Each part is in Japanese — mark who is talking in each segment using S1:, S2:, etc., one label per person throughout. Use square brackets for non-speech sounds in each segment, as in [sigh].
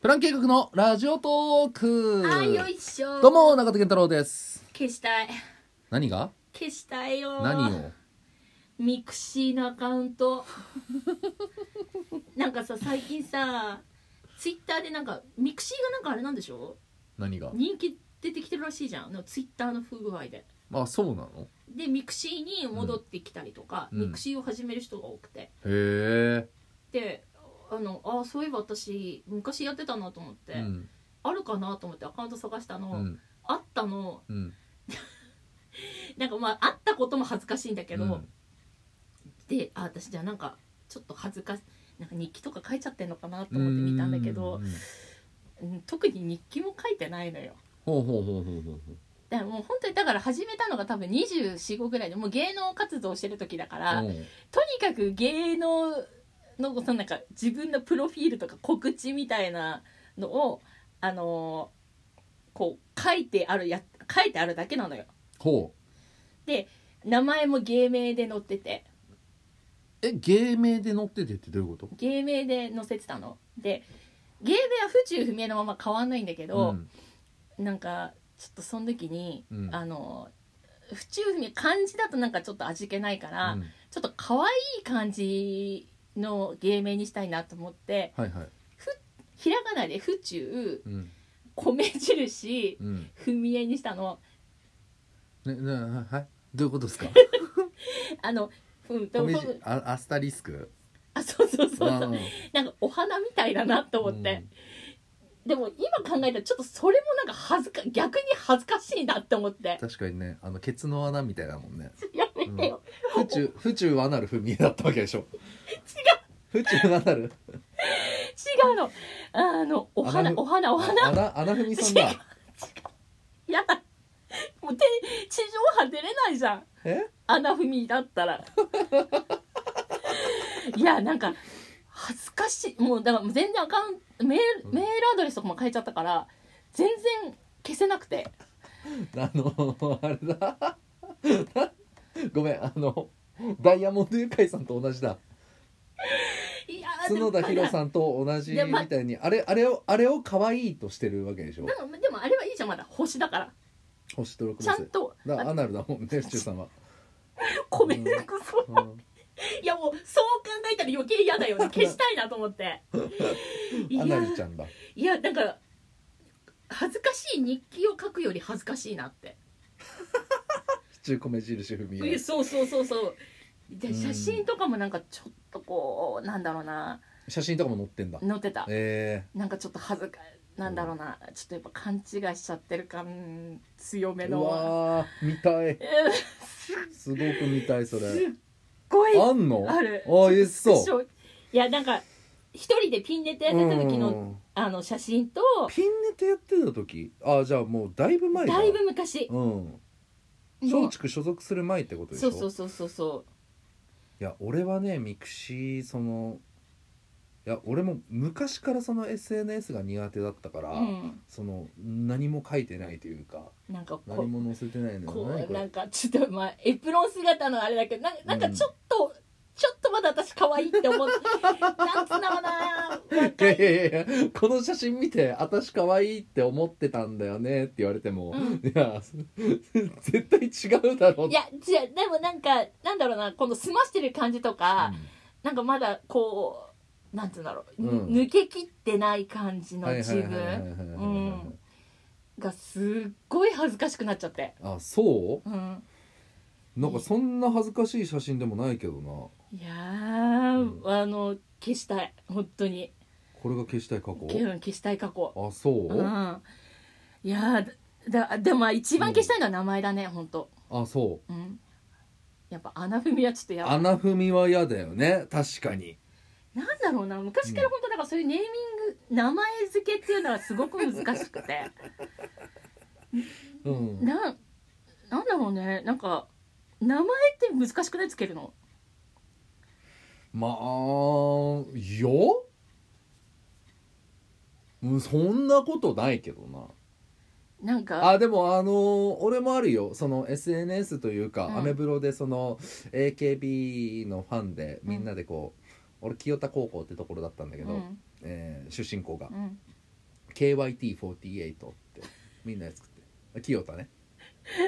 S1: プラン計画のラジオトーク
S2: あーよいしょ
S1: どうも中田健太郎です
S2: 消したい
S1: 何が
S2: 消したいよ
S1: 何を
S2: ミクシーのアカウント [laughs] なんかさ最近さツイッターでなんかミクシーがなんかあれなんでしょ
S1: 何が
S2: 人気出てきてるらしいじゃんなんかツイッターの不具合で
S1: あそうなの
S2: でミクシーに戻ってきたりとか、
S1: うん
S2: ミクシーを始める人が多くて
S1: へ
S2: であのあーそういえば私昔やってたなと思って、
S1: えうん
S2: あるかなと思ってアカウント探したの、
S1: うん
S2: あったの
S1: うん
S2: なんかまああったことも恥ずかしいんだけど、
S1: うん
S2: であ私じゃあなんかちょっと恥ずかしなんか日記とか書いちゃってんのかなと思って見たんだけ
S1: う
S2: ど
S1: ん、
S2: うん特に日記も書いてないのよ
S1: ほうほうほうほうほうほう
S2: だからもう本当にだから始めたのが多分245ぐらいでもう芸能活動してる時だから、
S1: うん
S2: とにかく芸能のそのなんか自分のプロフィールとか告知みたいなのをあのーこう書いてあるや書いてあるだけなのよ
S1: ほう
S2: 名前も芸名で載ってて
S1: え芸名で載っててってどういうこと
S2: 芸名で載せてたので芸名は府中不明のまま変わんないんだけど、
S1: ん
S2: なんかちょっとその時に、
S1: うん
S2: あの府中不明漢字だとなんかちょっと味気ないから、
S1: うん
S2: ちょっと可愛い感じの芸名にしたいなと思って
S1: はいはい
S2: ひらがなで府中
S1: うん
S2: 米印
S1: うんね
S2: 踏み絵にしたの
S1: ねははいどういうこと
S2: [laughs]
S1: ですか
S2: あのうんと
S1: おめじあアスタリスク
S2: あそうそうそうそう
S1: うん
S2: なんかお花みたいだなと思って、でも今考えたらちょっとそれもなんか恥ずか逆に恥ずかしいなって思って
S1: 確かにねあのケツの穴みたいだもんね
S2: やめてよ、
S1: 府中府中はなる踏み絵だったわけでしょ違う府中はなる
S2: 違うのあのお花
S1: 穴
S2: お花お花
S1: 穴穴踏みさんだ
S2: やだもうて地上波出れないじゃん
S1: え
S2: 穴踏みだった [laughs] らいやなんか恥ずかしいもうだから全然アカウントメールメールアドレスとかも変えちゃったから全然消せなくて
S1: あのあれだごめんあのダイヤモンドユカイさんと同じだ
S2: いやー
S1: 角田博さんと同じみたいにあれあれをあれを可愛いとしてるわけでしょ
S2: でもでもでもあれはいいじゃんまだ星だから
S1: 星と六
S2: ちゃん
S1: 星
S2: と
S1: だからアナルだもんね府中さんは、
S2: ごめんなさい
S1: うん
S2: いやもうそう考えたら余計嫌だよね消したいなと思って [laughs] い
S1: ア
S2: や
S1: ナルちゃんだ
S2: いやなんか恥ずかしい日記を書くより恥ずかしいなって
S1: 府中米印踏み
S2: いや
S1: 絵
S2: そうそうそうそう
S1: う
S2: で
S1: ん
S2: 写真とかもなんかちょっとこうなんだろうな
S1: 写真とかも載ってんだ
S2: 載ってた
S1: え
S2: なんかちょっと恥ずかなんだろうなちょっとやっぱ勘違いしちゃってる感強め
S1: ー、う
S2: の
S1: わー見たい
S2: えーす
S1: すごく見たいそ
S2: すっ
S1: れ
S2: ごい
S1: あんの
S2: ある
S1: あえそう
S2: そういやなんか一人でピンネタやってた時のあの写真と
S1: ピンネタやってた時あじゃあもうだいぶ前
S2: だいぶ昔
S1: うん
S2: もう
S1: 松竹所属する前ってことでし
S2: そ
S1: ょ
S2: うそうそうそうそ
S1: いや俺はねミクシーそのいや俺も昔からその SNS が苦手だったから、
S2: ううん
S1: その何も書いてないというか
S2: なんかこ
S1: 何
S2: う
S1: も載せてないの
S2: こ
S1: よ何
S2: う
S1: これ
S2: なんかちょっとまあエプロン姿のあれだけどなんかなんかちょっと、ちょっとまだ私可愛いって思っ
S1: [laughs]
S2: てなんつうのかな若い
S1: いやいやいやこの写真見て「私可愛いって思ってたんだよね」って言われても、
S2: うん
S1: いや [laughs] 絶対違うだろう
S2: いや違うでもなんかなんだろうなこの澄ましてる感じとか、なんかまだこうなんつうんだろう、
S1: うん
S2: ぬ抜けきってない感じ
S1: うん
S2: の
S1: はい
S2: 自
S1: はいはいはいはいは
S2: 分
S1: いはい
S2: うんがすっごい恥ずかしくなっちゃって、
S1: あそう
S2: うん、
S1: なんかそんな恥ずかしい写真でもないけどな
S2: やー、
S1: うん
S2: あの消したい本当に
S1: これが消したい過
S2: 消
S1: 去
S2: 消したい過去
S1: あそう、
S2: うんいやーだだでもまあ一番消したいのは名前だね、本当
S1: あそう
S2: うんやっぱ穴踏みはちょっとやばい
S1: 穴踏みは嫌だよね確かに
S2: なんだろうな昔から本当だからそういうネーミング、名前付けっていうのはすごく難しくて
S1: うん
S2: なんなんだろうねなんか名前って難しくないつけるの
S1: まあようんそんなことないけどな
S2: なんか
S1: あでもあのー俺もあるよその SNS というか、
S2: うん
S1: アメブロでその AKB のファンでみんなでこう、俺清田高校ってところだったんだけど、
S2: うん
S1: えー出身校が、
S2: うん
S1: KYT48 ってみんなで作って清田ね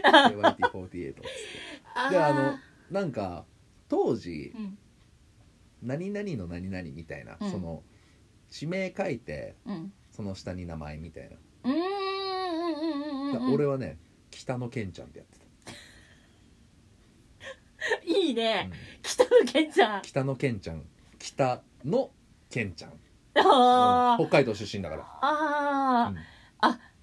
S1: KYT48 っつって
S2: あ
S1: で
S2: ー
S1: あのなんか当時
S2: うん
S1: 何々の何々みたいな、
S2: うん
S1: その地名書いて
S2: うん
S1: その下に名前みたいな、
S2: うーんうんうんうん
S1: だ
S2: う
S1: か
S2: ん
S1: ら俺はね北野健ちゃんってやってた、
S2: いいね
S1: うん
S2: 北野健ちゃん
S1: 北野健ちゃん北野健ちゃん、
S2: あ
S1: う
S2: ー
S1: ん北海道出身だから
S2: あー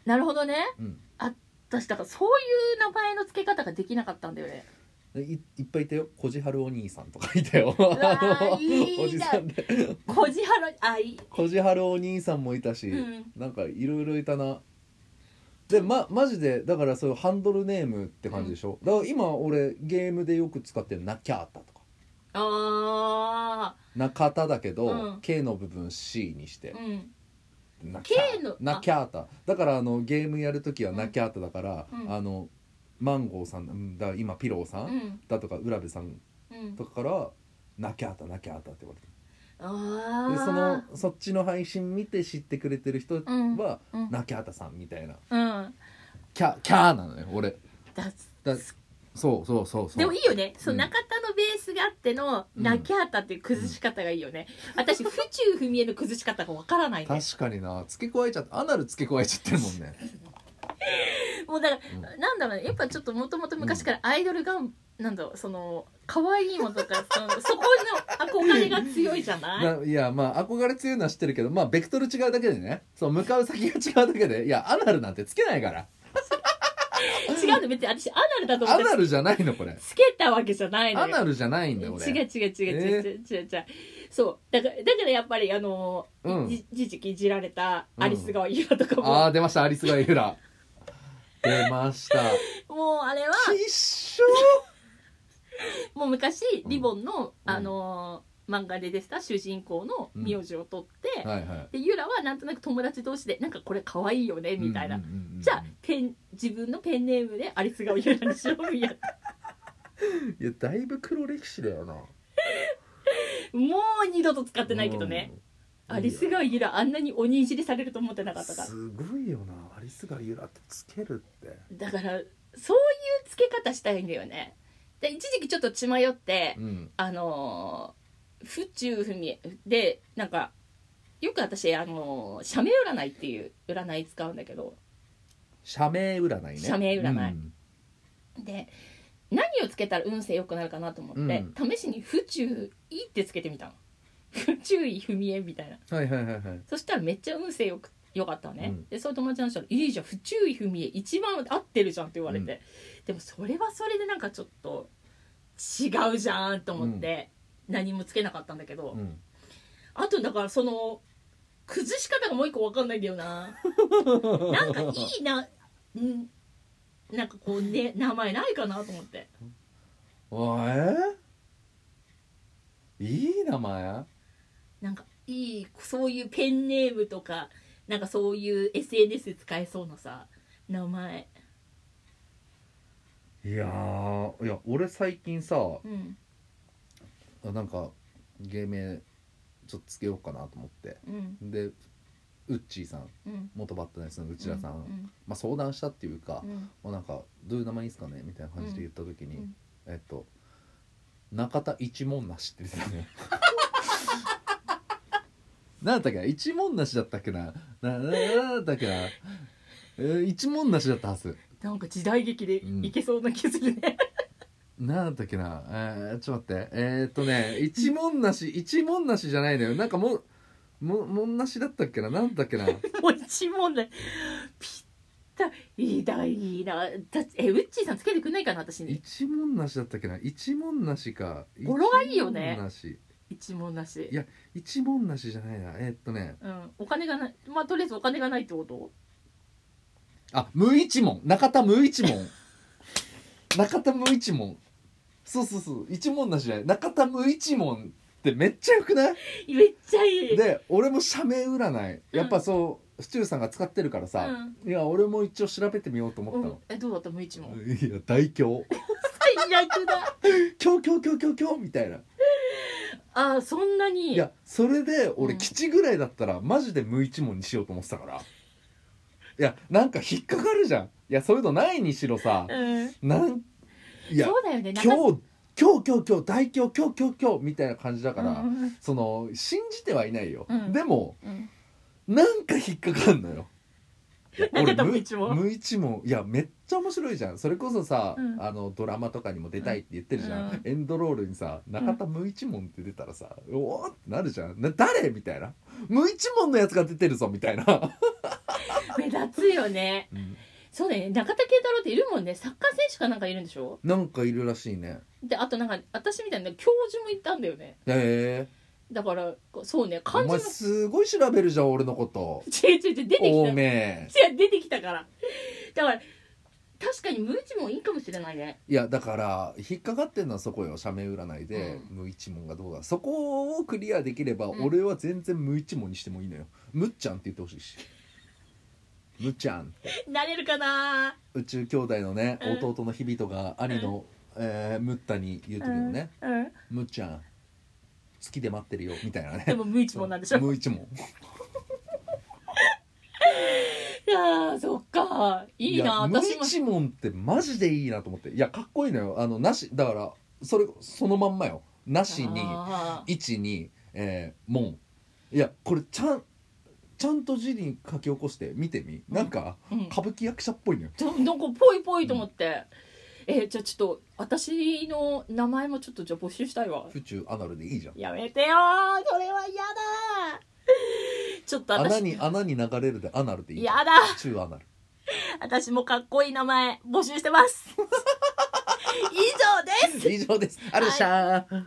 S2: なるほどね
S1: うん、
S2: 私だからそういう名前の付け方ができなかったんだよね
S1: うん、いいっぱいいたよこじはるお兄さんとかいたよあ
S2: わーいいな
S1: お [laughs] じさんで
S2: こじはるあいい
S1: こじはるお兄さんもいたし、
S2: うん
S1: なんかいろいろいたなでまマジでだからそういうハンドルネームって感じでしょ、だから今俺ゲームでよく使ってる「なきゃーた」とか
S2: あ
S1: 「中田」だけど、
S2: うん
S1: K の部分 C にして
S2: ーうん
S1: 「なきゃ
S2: K のあ
S1: なきゃーた」だからあのゲームやるときは「なきゃーた」だから、
S2: うん
S1: あのマンゴーさんうんだから今ピローさ、
S2: うんん
S1: だとか浦部さん
S2: うん
S1: とかから「なきゃーたなきゃーた」って言われて
S2: ああ
S1: でそのそっちの配信見て知ってくれてる人は「
S2: うんうん
S1: なきゃーたさん」みたいな
S2: うん
S1: 「キャキャー」なのよ俺。
S2: だ
S1: だそうそうそうそう
S2: でもいいよね、そううん中田のベースがあっての
S1: うん
S2: 泣きあったっていう崩し方がいいよね、私府中文江の崩し方がわからないね
S1: 確かにな付け加えちゃってアナル付け加えちゃってるもんね
S2: [laughs] もうだか
S1: うん
S2: ら、なんだろうねやっぱちょっともともと昔からアイドルが、なんだろうその可愛いものとかそのそこの憧れが強いじゃない
S1: ないやまあ憧れ強いのは知ってるけどまあベクトル違うだけでねそう向かう先が違うだけでいやアナルなんてつけないから
S2: 違うの別に私アナルだと思
S1: ア
S2: って
S1: ナルじゃないのこれ
S2: つけたわけじゃないの
S1: ア
S2: よ
S1: ナルじゃないんだよ俺
S2: 違う違う違う違う違う違う違う、そうだからだからやっぱりあの、
S1: うん
S2: じ一時期いじられたアリス川イラとか
S1: あ
S2: も、
S1: あ出ましたアリスがイフラ出ました
S2: もうあれは
S1: 一緒
S2: もう昔
S1: うん
S2: リボンの、
S1: うん
S2: あのー漫画ででした主人公の名字を取って、
S1: はいはい
S2: でユラはなんとなく友達同士でなんかこれ可愛いよねみたいな、
S1: うんうんうんうん
S2: じゃあペン自分のペンネームでアリスがユラにしようや
S1: いやだいぶ黒歴史だよな
S2: もう二度と使ってないけどね、
S1: うん
S2: アリスがユラあんなに鬼いじりされると思ってないか
S1: や
S2: ったから
S1: すごいよなアリスがイフラってつけるって
S2: だからそういう付け方したいんだよねで一時期ちょっと血迷って、
S1: うん
S2: あのー府中文江でなんかよく私あのー社名占いっていう占い使うんだけど
S1: 社名占いね
S2: 社名占い
S1: うん
S2: で何をつけたら運勢良くなるかなと思って、試しに「府中い」ってつけてみたの「府中い文江」みたいな
S1: はいはいはいはい
S2: そしたらめっちゃ運勢よく良かったのね、
S1: うん
S2: でその友達の人が「いいじゃん府中い文江一番合ってるじゃん」って言われて、でもそれはそれでなんかちょっと違うじゃんと思って、何もつけなかったんだけど、
S1: うん
S2: あとだからその崩し方がもう一個わかんないんだよ
S1: [laughs]
S2: ななんかいいなんなんかこうね名前ないかなと思って
S1: おえいい名前
S2: なんかいいそういうペンネームとかなんかそういう SNS で使えそうなさ名前
S1: いやーいや俺最近さ
S2: うん
S1: あなんか芸名ちょっとつけようかなと思って
S2: うん
S1: でウッチーさん
S2: うん
S1: 元バッターのやつの内田さん、
S2: うん
S1: まあ、相談したっていうか
S2: う、ん
S1: まあ、なんかどういう名前いいっすかねみたいな感じで言った時に、
S2: うんうん
S1: えっと中田一文無しって言
S2: [laughs]
S1: ってたのよなんだったっけな一文無しだったっけななななんだったっけな、えー一文無しだったはず
S2: なんか時代劇でいけそうな気するね、 [laughs]
S1: なんだったっけなえー、ちょっと待ってえー、っとね一文無
S2: [laughs]
S1: し一文無しじゃないのよなんかもももんなしだったっけななんだっけな
S2: もう一問でぴったいいだいいなだえウッチーさんつけてくんないかな私に
S1: 一文無しだったっけな一文無しか
S2: 語呂がいいよね
S1: 一文無し
S2: 一問なし
S1: いや一文無しじゃないなえー、っとね
S2: うん、お金がないまあとりあえずお金がないってこと
S1: あ、無一文。中田無一文。中田無一文。そうそうそう。一文なしじゃない。中田無一文ってめっちゃよくない
S2: めっちゃいい
S1: で、俺も社名占い。やっぱそう、府中さんが使ってるからさ、いや、俺も一応調べてみようと思
S2: う
S1: った
S2: ん
S1: の。、
S2: えどうだった無一問
S1: いや、大凶。
S2: 最悪だ
S1: 凶凶凶凶凶みたいな。
S2: あーそんなに
S1: いや、それで俺、
S2: うん
S1: 基地ぐらいだったら、マジで無一文にしようと思ってたから。いやなんか引っかかるじゃんいやそういうのないにしろさ
S2: うん
S1: なんいや
S2: そうだよね
S1: 今日
S2: なか
S1: 今日今日今日大今日今日今日今日みたいな感じだから、
S2: うん
S1: その信じてはいないよ、
S2: うん
S1: でも
S2: うん
S1: なんか引っかかんのよ
S2: [laughs] なんか多分
S1: 無
S2: 一問
S1: 無一問いやめっちゃ面白いじゃんそれこそさ、
S2: うん
S1: あのドラマとかにも出たいって言ってるじゃん、
S2: うん
S1: エンドロールにさ中田無一問って出たらさ、おーってなるじゃんな誰みたいな無一問のやつが出てるぞみたいな、
S2: 目立つよね
S1: うん
S2: そうだよね中田健太郎っているもんねサッカー選手かなんかいるんでしょ
S1: なんかいるらしいね
S2: であとなんか私みたいな教授も行ったんだよね
S1: へえ
S2: だからこうそうね
S1: お
S2: 漢字
S1: 前
S2: の
S1: すごい調べるじゃん俺のこと
S2: [laughs] 違う違う違う出てきた
S1: おめえ
S2: 違う出てきたからだから確かに無一もいいかもしれないね
S1: いやだから引っかかってんのはそこよ社名占いで、
S2: う
S1: 無一問がどうだそこをクリアできれば、
S2: うん
S1: 俺は全然無一問にしてもいいのよむっちゃんって言ってほしいしむっちゃん
S2: なれるかな
S1: 宇宙兄弟のね、
S2: うん
S1: 弟の日々とが兄の、えー、むったに言う時もね、
S2: うんうん
S1: むっちゃん好きで待ってるよみたいなね
S2: でも無一もなんでしょ
S1: 無一問
S2: いやーそっかいいな
S1: や無
S2: 私も
S1: 一問ってマジでいいなと思っていやかっこいいのよあのなしだからそれそのまんまよなしに
S2: あー
S1: 一に、えー、もんいやこれちゃんちゃんと字に書き起こして見てみなんか
S2: うん
S1: 歌舞伎役者っぽいのよ、
S2: どなんかぽいぽいと思って、えーじゃあちょっと私の名前もちょっとじゃあ募集したいわ
S1: 府中アナルでいいじゃん
S2: やめてよーそれは嫌だーちょっと
S1: 穴
S2: 私
S1: に穴に流れるでアナルでいいじゃん
S2: やだ
S1: 府中アナル
S2: 私もかっこいい名前募集してます以上です
S1: 以上ですあるしゃー、